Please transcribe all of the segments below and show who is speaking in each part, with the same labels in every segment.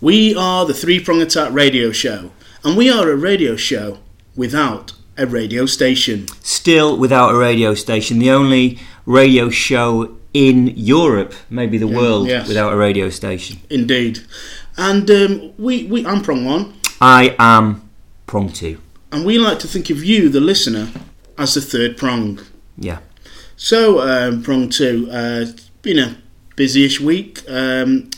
Speaker 1: We are the Three Prong Attack radio show, and we are a radio show without a radio station.
Speaker 2: Still without a radio station, the only radio show in Europe, maybe the world,
Speaker 1: yes.
Speaker 2: without a radio station.
Speaker 1: Indeed. And um, we, we, I'm Prong One,
Speaker 2: I am prong two.
Speaker 1: and we like to think of you, the listener, as the third prong.
Speaker 2: Yeah.
Speaker 1: So, um, Prong Two, uh, it's been a busy-ish week. Um,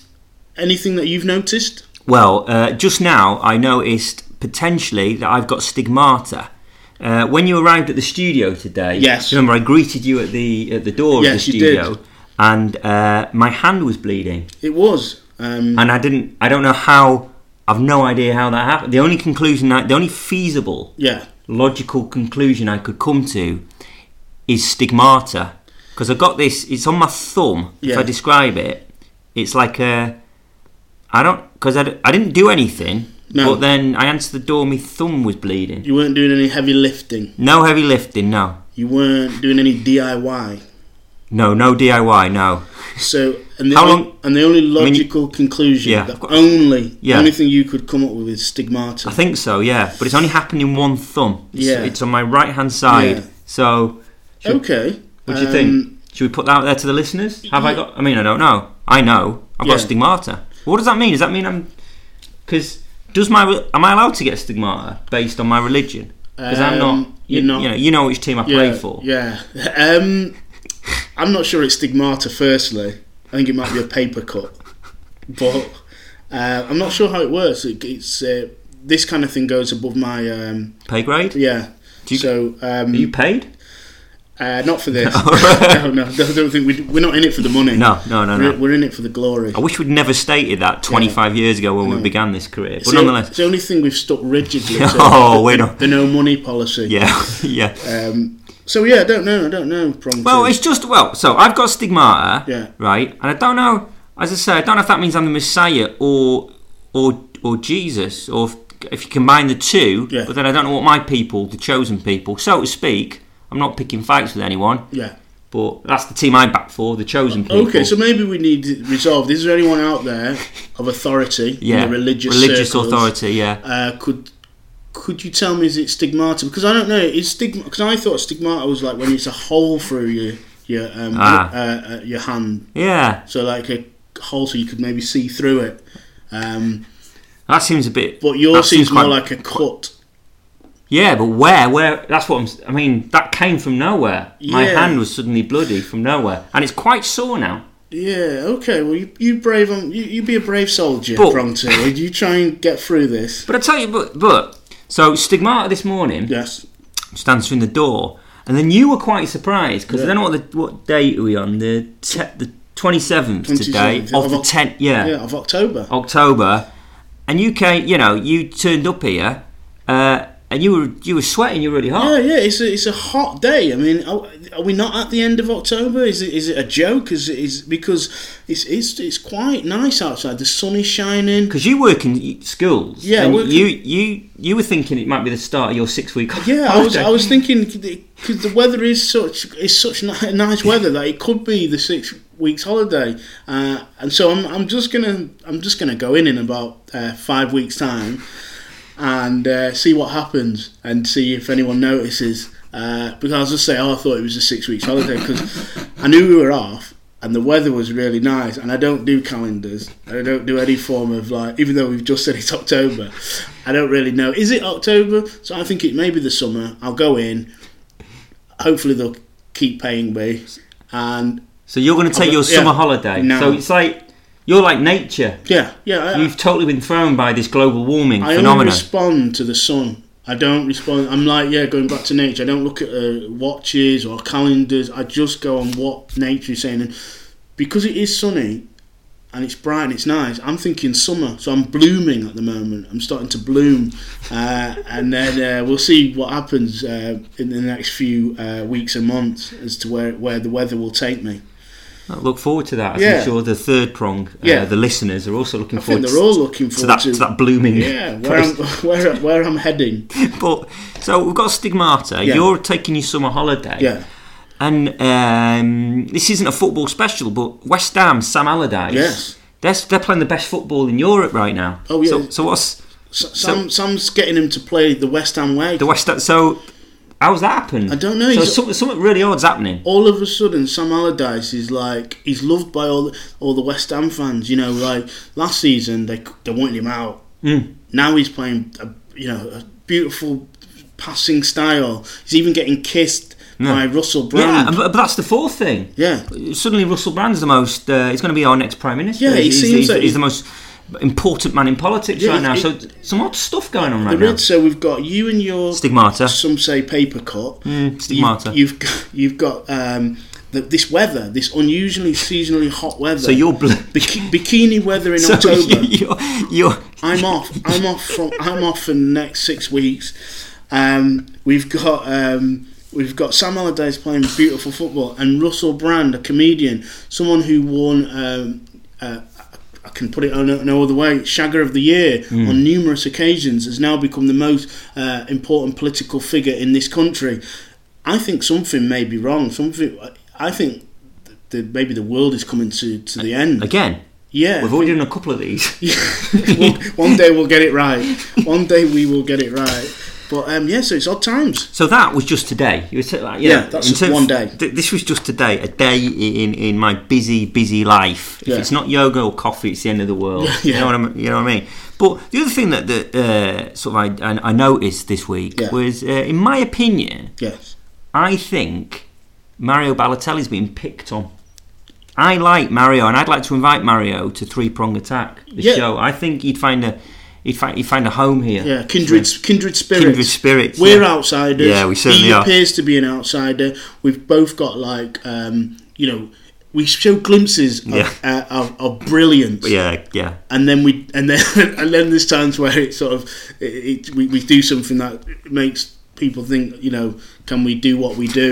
Speaker 1: anything that you've noticed?
Speaker 2: Well, uh, just now I noticed potentially that I've got stigmata. Uh, when you arrived at the studio today,
Speaker 1: Yes.
Speaker 2: remember I greeted you at the at the door
Speaker 1: Yes,
Speaker 2: of the
Speaker 1: you did.
Speaker 2: studio, and uh, my hand was bleeding,
Speaker 1: It was. Um,
Speaker 2: and I didn't. I don't know how. I've no idea how that happened. The only conclusion, that, the only feasible
Speaker 1: yeah.
Speaker 2: logical conclusion I could come to is stigmata because I got this. It's on my thumb. If
Speaker 1: Yeah.
Speaker 2: I describe it, it's like a. I don't because I, d- I didn't do anything.
Speaker 1: No.
Speaker 2: But then I answered the door. My thumb was bleeding.
Speaker 1: You weren't doing any heavy lifting.
Speaker 2: No heavy lifting. No.
Speaker 1: You weren't doing any DIY.
Speaker 2: No. No DIY. No.
Speaker 1: So, and the,
Speaker 2: How
Speaker 1: only,
Speaker 2: long-
Speaker 1: and the only logical conclusion,
Speaker 2: Yeah,
Speaker 1: the
Speaker 2: of course.
Speaker 1: only, the
Speaker 2: Yeah.
Speaker 1: only thing you could come up with is
Speaker 2: I
Speaker 1: stigmata.
Speaker 2: think so. Yeah. But it's only happened in one thumb. It's,
Speaker 1: Yeah.
Speaker 2: It's on my right hand side.
Speaker 1: Yeah.
Speaker 2: So think-
Speaker 1: Okay.
Speaker 2: what do you
Speaker 1: um,
Speaker 2: think? Should we put that out there to the listeners? Have I
Speaker 1: Yeah.
Speaker 2: got? I mean, I don't know. I know I've got
Speaker 1: Yeah.
Speaker 2: stigmata. What does that mean? Does that mean I'm? Because does my re- am I allowed to get stigmata based on my religion? Because I'm not.
Speaker 1: Um,
Speaker 2: You,
Speaker 1: you're not-
Speaker 2: you know, you know which team I
Speaker 1: Yeah,
Speaker 2: play for.
Speaker 1: Yeah. Um, I'm not sure it's stigmata, firstly. I think it might be a paper cut. But uh, I'm not sure how it works. It, it's uh, This kind of thing goes above my. Um,
Speaker 2: Pay grade?
Speaker 1: yeah.
Speaker 2: Do you-
Speaker 1: so um,
Speaker 2: Are you paid?
Speaker 1: uh, not for this. no, no, I don't think we, we're not in it for the money.
Speaker 2: No, no, no,
Speaker 1: we're,
Speaker 2: no.
Speaker 1: we're in it for the glory.
Speaker 2: I wish we'd never stated that 25 years ago when we began this career. But
Speaker 1: It's the-
Speaker 2: nonetheless,
Speaker 1: it's the only thing we've stuck rigidly to.
Speaker 2: Oh,
Speaker 1: the,
Speaker 2: we're
Speaker 1: the-
Speaker 2: not-
Speaker 1: the no money policy.
Speaker 2: yeah, yeah.
Speaker 1: Um, so yeah, I don't know. I don't know. Prong
Speaker 2: Well,
Speaker 1: two.
Speaker 2: it's just well. So I've got stigmata,
Speaker 1: Yeah.
Speaker 2: right? And I don't know. As I say, I don't know if that means I'm the Messiah or or or Jesus, or if, if you combine the two.
Speaker 1: Yeah.
Speaker 2: But then I don't know what my people, the chosen people, so to speak. I'm not picking fights with anyone,
Speaker 1: yeah.
Speaker 2: but that's the team I back for, the chosen people.
Speaker 1: Okay, so maybe we need to resolve. Is there anyone out there of authority
Speaker 2: yeah,
Speaker 1: in the religious circles,
Speaker 2: authority. Yeah,
Speaker 1: Uh, could could you tell me is it stigmata? Because I don't know. Is stigma? Because I thought stigmata was like when it's a hole through your your um,
Speaker 2: Ah.
Speaker 1: uh, uh, your hand.
Speaker 2: yeah.
Speaker 1: So like a hole, so you could maybe see through it. Um,
Speaker 2: That seems a bit.
Speaker 1: but yours
Speaker 2: that
Speaker 1: seems more
Speaker 2: quite-
Speaker 1: like a cut.
Speaker 2: Yeah, but where? Where? That's what I'm. s- I mean, that came from nowhere. My
Speaker 1: Yeah.
Speaker 2: hand was suddenly bloody from nowhere, and it's quite sore now.
Speaker 1: Yeah. Okay. Well, you, you brave, um, you, you be a brave soldier,
Speaker 2: But-
Speaker 1: Prompto. Would you try and get through this?
Speaker 2: But I tell you, but, but so stigmata this morning,
Speaker 1: Yes.
Speaker 2: just answering the door, and then you were quite surprised because I don't know what the, what date are we on the te- the twenty seventh today
Speaker 1: 27th,
Speaker 2: of,
Speaker 1: of
Speaker 2: the
Speaker 1: Oc-
Speaker 2: tenth, yeah, Oh.
Speaker 1: Yeah. Of October.
Speaker 2: October, and you came, you know, you turned up here, uh, and you were you were sweating, you were really hot.
Speaker 1: Yeah. Yeah. It's a, it's a hot day. I mean, are, are we not at the end of October? Is it is it a joke? Is it is because it's it's it's quite nice outside. The sun is shining.
Speaker 2: Because you work in y- schools,
Speaker 1: Yeah, I
Speaker 2: and
Speaker 1: work
Speaker 2: you you you were thinking it might be the start of your six week.
Speaker 1: Yeah, I was I was thinking because the weather is such is such ni- nice weather that it could be the six weeks holiday, uh, and so I'm I'm just gonna I'm just gonna go in in about uh, five weeks time, and uh, see what happens and see if anyone notices. Uh, because I was just say, oh, I thought it was a six weeks holiday because I knew we were off. And the weather was really nice, and I don't do calendars. I don't do any form of like, even though we've just said it's October, I don't really know. Is it October? So I think it may be the summer. I'll go in. Hopefully they'll keep paying me. And
Speaker 2: So you're going to take
Speaker 1: but-
Speaker 2: your
Speaker 1: yeah.
Speaker 2: summer holiday.
Speaker 1: No.
Speaker 2: So it's like you're like nature.
Speaker 1: yeah, yeah. I,
Speaker 2: You've totally been thrown by this global warming
Speaker 1: I only
Speaker 2: phenomenon.
Speaker 1: respond to the sun. I don't respond. I'm like, yeah, going back to nature. I don't look at uh, watches or calendars. I just go on what nature is saying. And because it is sunny and it's bright and it's nice, I'm thinking summer. So I'm blooming at the moment. I'm starting to bloom. Uh, and then uh, we'll see what happens uh, in the next few uh, weeks and months as to where, where the weather will take me.
Speaker 2: I look forward to that. as
Speaker 1: Yeah.
Speaker 2: I'm sure the third prong, uh,
Speaker 1: Yeah.
Speaker 2: the listeners are also looking
Speaker 1: I think
Speaker 2: forward
Speaker 1: they're all looking
Speaker 2: to,
Speaker 1: forward
Speaker 2: that,
Speaker 1: to,
Speaker 2: to that blooming.
Speaker 1: yeah, where I'm, where, where I'm heading.
Speaker 2: but so we've got stigmata.
Speaker 1: Yeah.
Speaker 2: You're taking your summer holiday.
Speaker 1: Yeah.
Speaker 2: And um, this isn't a football special, but West Ham, Sam Allardyce,
Speaker 1: Yes.
Speaker 2: They're, they're playing the best football in Europe right now.
Speaker 1: Oh, yeah.
Speaker 2: So, so what's
Speaker 1: S- Sam, Sam's getting him to play the West Ham way.
Speaker 2: the West? So how's that happened?
Speaker 1: I don't know,
Speaker 2: So
Speaker 1: he's-
Speaker 2: something, something really odd's happening.
Speaker 1: all of a sudden, Sam Allardyce is like he's loved by all the, all the West Ham fans. You know, like last season they they wanted him out.
Speaker 2: Mm.
Speaker 1: Now he's playing, a, you know, a beautiful passing style. He's even getting kissed
Speaker 2: Yeah.
Speaker 1: by Russell
Speaker 2: Yeah,
Speaker 1: Brand.
Speaker 2: and- but, but that's the fourth thing.
Speaker 1: Yeah,
Speaker 2: Suddenly, Russell Brand's the most. Uh, he's going to be our next prime minister.
Speaker 1: Yeah, he
Speaker 2: he's,
Speaker 1: seems
Speaker 2: he's,
Speaker 1: like-
Speaker 2: he's the most important man in politics
Speaker 1: Yeah,
Speaker 2: right now.
Speaker 1: he-
Speaker 2: so some odd stuff going on right
Speaker 1: there
Speaker 2: now.
Speaker 1: is. So we've got you and your
Speaker 2: Stigmata. Hmm.
Speaker 1: some say paper cut.
Speaker 2: stigmata.
Speaker 1: You've, you've got, you've got um, the, this weather, this unusually seasonally hot weather.
Speaker 2: so you're bl-
Speaker 1: Biki- bikini weather in
Speaker 2: so
Speaker 1: October.
Speaker 2: You're, you're
Speaker 1: I'm off. I'm off from. I'm off for the next six weeks. Um, we've got um, we've got Sam Allardyce playing beautiful football, and Russell Brand, a comedian, someone who won. Um, uh, I can put it on no- no other way. Shagger of the Year
Speaker 2: Hmm.
Speaker 1: on numerous occasions has now become the most uh, important political figure in this country. I think something may be wrong. Something. I think. th- The, maybe the world is coming to, to the end.
Speaker 2: again.
Speaker 1: Yeah,
Speaker 2: We've already done a couple of these.
Speaker 1: We'll- one day we'll get it right. One day we will get it right. But um, yeah, so it's odd times.
Speaker 2: So that was just today. You were t- like, you
Speaker 1: Yeah,
Speaker 2: know,
Speaker 1: that's
Speaker 2: in
Speaker 1: just
Speaker 2: terms-
Speaker 1: one day.
Speaker 2: th- this was just today, a day in in my busy busy life. If
Speaker 1: Yeah.
Speaker 2: it's not yoga or coffee, it's the end of the world. You
Speaker 1: Yeah.
Speaker 2: know what I mean? You know what I mean? But the other thing that that uh, sort of I, I, I noticed this week
Speaker 1: Yeah.
Speaker 2: was, uh, in my opinion,
Speaker 1: Yes.
Speaker 2: I think Mario Balotelli's been picked on. I like Mario, and I'd like to invite Mario to Three Prong Attack, the
Speaker 1: Yeah.
Speaker 2: show. I think he'd find a he'd find he'd find a home here.
Speaker 1: Yeah, kindred kindred spirits.
Speaker 2: kindred spirits.
Speaker 1: We're
Speaker 2: yeah.
Speaker 1: outsiders.
Speaker 2: Yeah, we certainly
Speaker 1: he
Speaker 2: are.
Speaker 1: appears to be an outsider. We've both got like um, you know, we show glimpses of,
Speaker 2: Yeah.
Speaker 1: uh, of, of brilliance,
Speaker 2: Yeah, yeah.
Speaker 1: and then we and then and then there's times where it sort of it, it, we we do something that makes people think you know can we do what we do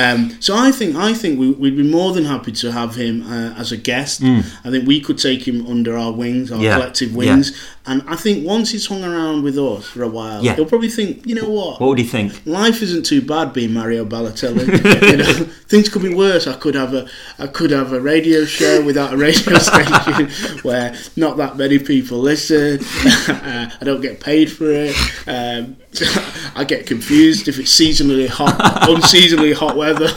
Speaker 1: um, so I think I think we, we'd be more than happy to have him uh, as a guest I think we could take him under our wings our
Speaker 2: Hmm. Yeah,
Speaker 1: collective
Speaker 2: yeah.
Speaker 1: wings and I think once he's hung around with us for a while
Speaker 2: Yeah.
Speaker 1: he'll probably think you know what
Speaker 2: What would you think?
Speaker 1: life isn't too bad being Mario Balotelli. you know, things could be worse. I could have a I could have a radio show without a radio station where not that many people listen. uh, I don't get paid for it. Um, I get confused if it's seasonally hot, unseasonally hot weather.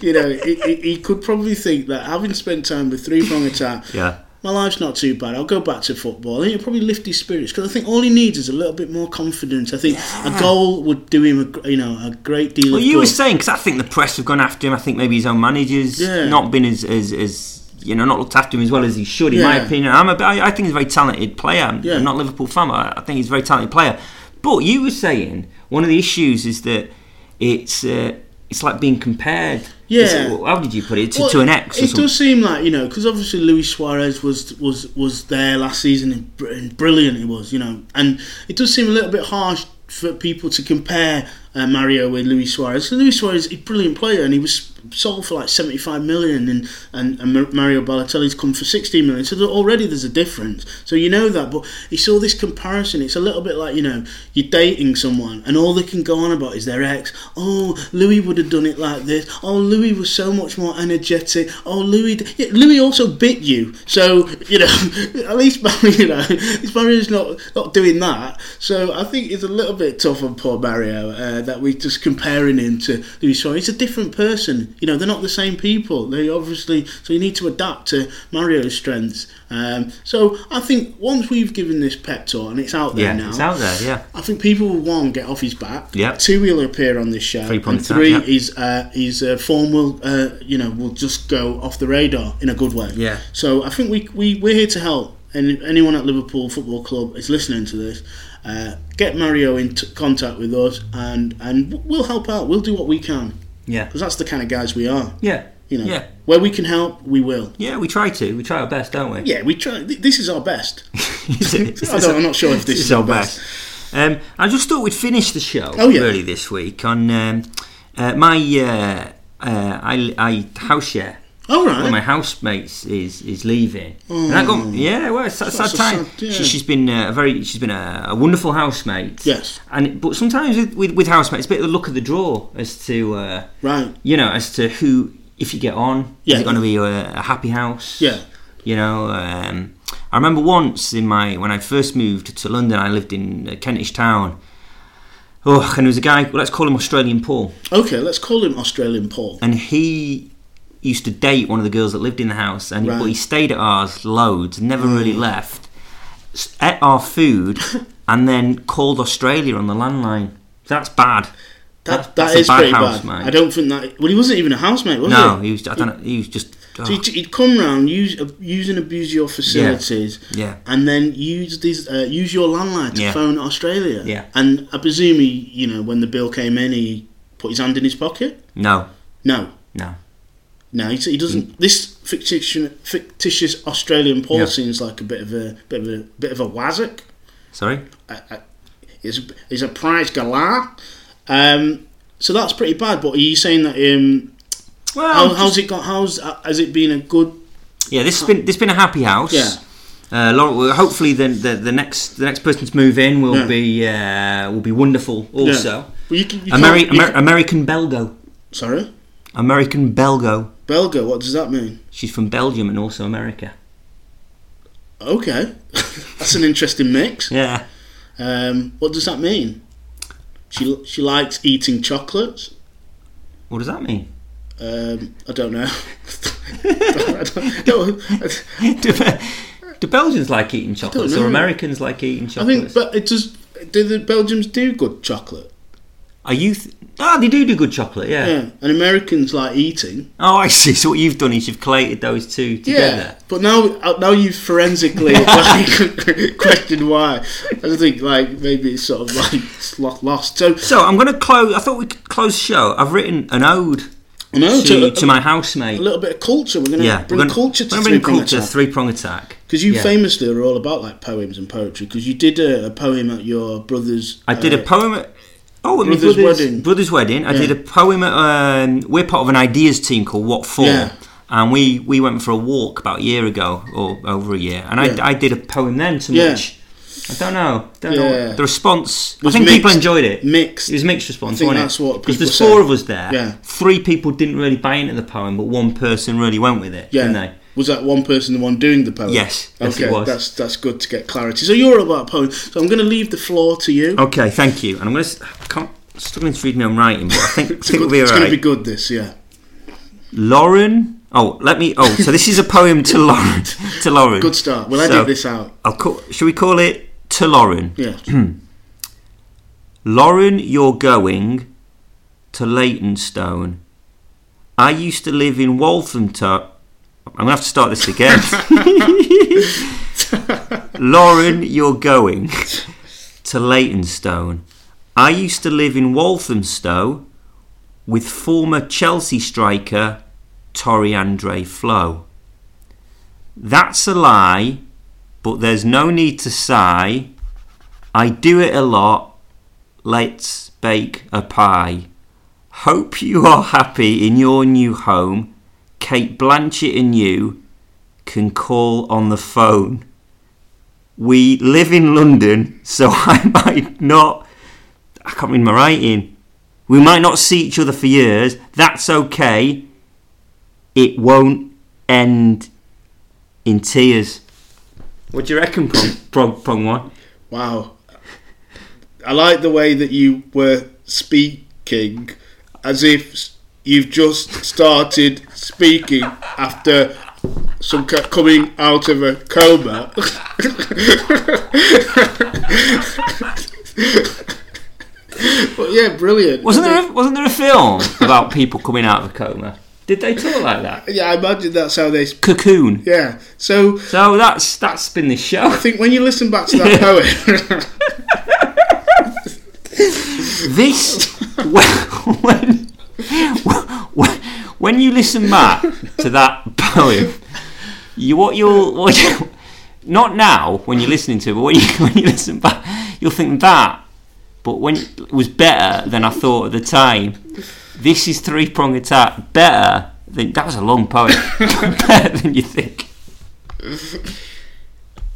Speaker 1: you know, he, he- he could probably think that having spent time with Three Prong Attack,
Speaker 2: Yeah.
Speaker 1: my life's not too bad. I'll go back to football. And it'll probably lift his spirits because I think all he needs is a little bit more confidence. I think a goal would do him, a, gr- you know, a great deal.
Speaker 2: Well,
Speaker 1: of
Speaker 2: you
Speaker 1: good.
Speaker 2: were saying because I think the press have gone after him. I think maybe his own manager's
Speaker 1: Yeah.
Speaker 2: not been as, as as you know not looked after him as well as he should. In my
Speaker 1: Yeah.
Speaker 2: opinion, I'm a, I, I think he's a very talented player. I'm
Speaker 1: Yeah.
Speaker 2: not a Liverpool fan, but I think he's a very talented player. But you were saying one of the issues is that it's uh, it's like being compared.
Speaker 1: Yeah.
Speaker 2: It's- well, how did you put it to,
Speaker 1: Well,
Speaker 2: to an ex? Or
Speaker 1: It
Speaker 2: something.
Speaker 1: does seem like you know because obviously Luis Suarez was was was there last season and br- and brilliant he was, you know, and it does seem a little bit harsh for people to compare uh, Mario with Luis Suarez. 'Cause Luis Suarez is a brilliant player and he was sold for like 75 million and, and, and Mar- Mario Balotelli's come for 16 million so there, already there's a difference so you know that but it's all this comparison it's a little bit like you know you're dating someone and all they can go on about is their ex oh Louis would have done it like this oh Louis was so much more energetic oh Louis d- yeah, Louis also bit you so you know at least Mario you know at least Mario's not not doing that so I think it's a little bit tough on poor Mario uh, that we're just comparing him to Louis Suarez he's a different person you know they're not the same people they obviously so you need to adapt to Mario's strengths um, so I think once we've given this pep talk and it's out there
Speaker 2: yeah,
Speaker 1: now
Speaker 2: it's out there. Yeah,
Speaker 1: I think people will one get off his back.
Speaker 2: Yep.
Speaker 1: Two will appear on this show.
Speaker 2: Three
Speaker 1: and
Speaker 2: points out,
Speaker 1: three
Speaker 2: yep.
Speaker 1: is uh, his uh, form will uh, you know will just go off the radar in a good way.
Speaker 2: Yeah.
Speaker 1: So I think we we we're here to help. And if anyone at Liverpool Football Club is listening to this, uh, get Mario in t- contact with us, and and w- we'll help out. We'll do what we can
Speaker 2: yeah,
Speaker 1: because that's the kind of guys we are.
Speaker 2: yeah,
Speaker 1: You know.
Speaker 2: yeah,
Speaker 1: Where we can help, we will.
Speaker 2: yeah. We try to. We try our best, don't we?
Speaker 1: Yeah, we try. th- This is our best.
Speaker 2: Is it- is
Speaker 1: I don't, I'm not sure if this is our best.
Speaker 2: Um, I just thought we'd finish the show
Speaker 1: Oh, yeah.
Speaker 2: early this week on um, uh, my uh, uh, I, I house share.
Speaker 1: All
Speaker 2: One of
Speaker 1: right.
Speaker 2: my housemates is is leaving, and I got yeah. Well, it's a sad
Speaker 1: Oh. That's a
Speaker 2: time.
Speaker 1: sad- yeah.
Speaker 2: she, she's been uh, a very she's been a, a wonderful housemate.
Speaker 1: Yes.
Speaker 2: and but sometimes with, with, with housemates, it's a bit of the luck of the draw as to uh,
Speaker 1: Right.
Speaker 2: you know as to who if you get on
Speaker 1: Yeah.
Speaker 2: is it going to be a, a happy house?
Speaker 1: Yeah.
Speaker 2: You know, um, I remember once in my when I first moved to London, I lived in a Kentish town. Oh, and there was a guy. Let's call him Australian Paul,
Speaker 1: Okay, let's call him Australian Paul.
Speaker 2: and he used to date one of the girls that lived in the house, and
Speaker 1: Right. Mm.
Speaker 2: but he stayed at ours loads, never really left. s- Ate our food, and then called Australia on the landline. That's bad.
Speaker 1: That,
Speaker 2: that's
Speaker 1: that
Speaker 2: a
Speaker 1: is
Speaker 2: bad
Speaker 1: pretty bad.
Speaker 2: housemate.
Speaker 1: I don't think that. Well, he wasn't even a housemate, was
Speaker 2: No,
Speaker 1: he?
Speaker 2: he was. I don't know. He was just. oh,
Speaker 1: So he'd, he'd come round, use, ab- use and abuse your facilities,
Speaker 2: yeah.
Speaker 1: and then use these, uh, use your landline to
Speaker 2: Yeah.
Speaker 1: phone Australia.
Speaker 2: Yeah.
Speaker 1: And I presume he, you know, when the bill came in, he put his hand in his pocket.
Speaker 2: No.
Speaker 1: No,
Speaker 2: No.
Speaker 1: no, he, he doesn't. This fictitious, fictitious Australian Paul
Speaker 2: Mm. Yeah.
Speaker 1: seems like a bit of a bit of a bit of a wazzock. Uh,
Speaker 2: Sorry.
Speaker 1: I- I- is is a prize galah. Um, so that's pretty bad. But are you saying that? Um,
Speaker 2: Well,
Speaker 1: how, how's it got? How's uh, has it been a good?
Speaker 2: yeah. This has been this has been a happy house.
Speaker 1: Yeah.
Speaker 2: Uh, Laura, well, hopefully, the, the the next the next person to move in will
Speaker 1: Yeah.
Speaker 2: be uh, will be wonderful. Also,
Speaker 1: well, you can, you
Speaker 2: Ameri-
Speaker 1: can't- you
Speaker 2: Amer-
Speaker 1: can-
Speaker 2: American Belgo,
Speaker 1: sorry,
Speaker 2: American Belgo.
Speaker 1: Belga. What does that mean?
Speaker 2: She's from Belgium and also America.
Speaker 1: Okay, that's an interesting mix.
Speaker 2: Yeah.
Speaker 1: Um, what does that mean? She she likes eating chocolates.
Speaker 2: What does that mean?
Speaker 1: Um, I don't know. I don't- no, I-
Speaker 2: do, do Belgians like eating chocolates
Speaker 1: know.
Speaker 2: or Americans like eating
Speaker 1: I think,
Speaker 2: chocolates?
Speaker 1: but it does. Do the Belgians do good chocolate?
Speaker 2: Are you? Th- ah, they do do good chocolate. Yeah.
Speaker 1: Yeah, and Americans like eating.
Speaker 2: Oh, I see. So what you've done is you've collated those two together.
Speaker 1: but now uh, now you forensically like, question why. I just think like maybe it's sort of like it's lo- lost. So
Speaker 2: So I'm going to close. I thought we could close the show. I've written an ode
Speaker 1: no,
Speaker 2: to,
Speaker 1: to,
Speaker 2: to my
Speaker 1: a
Speaker 2: housemate.
Speaker 1: little bit of culture. We're gonna
Speaker 2: yeah,
Speaker 1: bring
Speaker 2: we're gonna-
Speaker 1: culture
Speaker 2: we're
Speaker 1: to
Speaker 2: gonna
Speaker 1: three
Speaker 2: bring
Speaker 1: prong
Speaker 2: culture to
Speaker 1: attack
Speaker 2: three prong attack.
Speaker 1: because you
Speaker 2: yeah.
Speaker 1: famously are all about like poems and poetry because you did a, a poem at your brother's.
Speaker 2: I did a
Speaker 1: uh,
Speaker 2: poem. At, oh, at my
Speaker 1: Brother's
Speaker 2: brother's,
Speaker 1: wedding.
Speaker 2: wedding. Brother's wedding. I
Speaker 1: Yeah.
Speaker 2: did a poem. At, um, we're part of an ideas team called What For.
Speaker 1: Yeah.
Speaker 2: And we, we went for a walk about a year ago, or over a year, and
Speaker 1: Yeah.
Speaker 2: I, I did a poem then to
Speaker 1: Yeah.
Speaker 2: which I don't know, don't
Speaker 1: Yeah.
Speaker 2: know. The response, I
Speaker 1: was
Speaker 2: think people
Speaker 1: mixed-
Speaker 2: enjoyed it.
Speaker 1: Mixed.
Speaker 2: It was a mixed response.
Speaker 1: I think
Speaker 2: wasn't
Speaker 1: that's what
Speaker 2: because there's
Speaker 1: people
Speaker 2: four
Speaker 1: said.
Speaker 2: of us there.
Speaker 1: Yeah.
Speaker 2: Three people didn't really buy into the poem, but one person really went with it, didn't
Speaker 1: Yeah.
Speaker 2: they?
Speaker 1: Was that one person the one doing the poem?
Speaker 2: Yes, yes,
Speaker 1: okay,
Speaker 2: it was.
Speaker 1: that's that's good to get clarity. So you're all about poems. So I'm going to leave the floor to you.
Speaker 2: Okay, thank you. And I'm going to. I can't, I'm struggling to read my own writing, but I think, I
Speaker 1: It's, a
Speaker 2: think
Speaker 1: good-
Speaker 2: we'll be
Speaker 1: it's
Speaker 2: alright.
Speaker 1: going to be good. This, yeah.
Speaker 2: Lauren. Oh, let me. Oh, so this is a poem to Lauren. To Lauren.
Speaker 1: Good start. Well, I
Speaker 2: So-
Speaker 1: did this out.
Speaker 2: I'll call, should we call it to Lauren?
Speaker 1: Yeah.
Speaker 2: Lauren, you're going to Leytonstone. I used to live in Walthamstow. I'm gonna have to start this again. Lauren, you're going to Leytonstone. I used to live in Walthamstow with former Chelsea striker Tori Andre Flo. That's a lie, but there's no need to sigh. I do it a lot. Let's bake a pie. Hope you are happy in your new home. Kate Blanchett and you can call on the phone. We live in London, so I might not. I can't read my writing. We might not see each other for years. That's okay. It won't end in tears. What do you reckon, Prong, prong, prong One?
Speaker 1: Wow. I like the way that you were speaking as if you've just started speaking after some ca- coming out of a coma. but yeah, brilliant.
Speaker 2: Wasn't there a, wasn't there a film about people coming out of a coma? Did they talk like that?
Speaker 1: Yeah, I imagine that's how they. Sp-
Speaker 2: Cocoon.
Speaker 1: yeah. So
Speaker 2: So that's that's been this
Speaker 1: I
Speaker 2: show.
Speaker 1: think when you listen back to that poem,
Speaker 2: This when when, when you listen back to that poem, you what you'll what you, not now when you're listening to it, but when you when you listen back, you'll think that. But when it was better than I thought at the time. This is three prong attack. Better than that was a long poem. better than you think.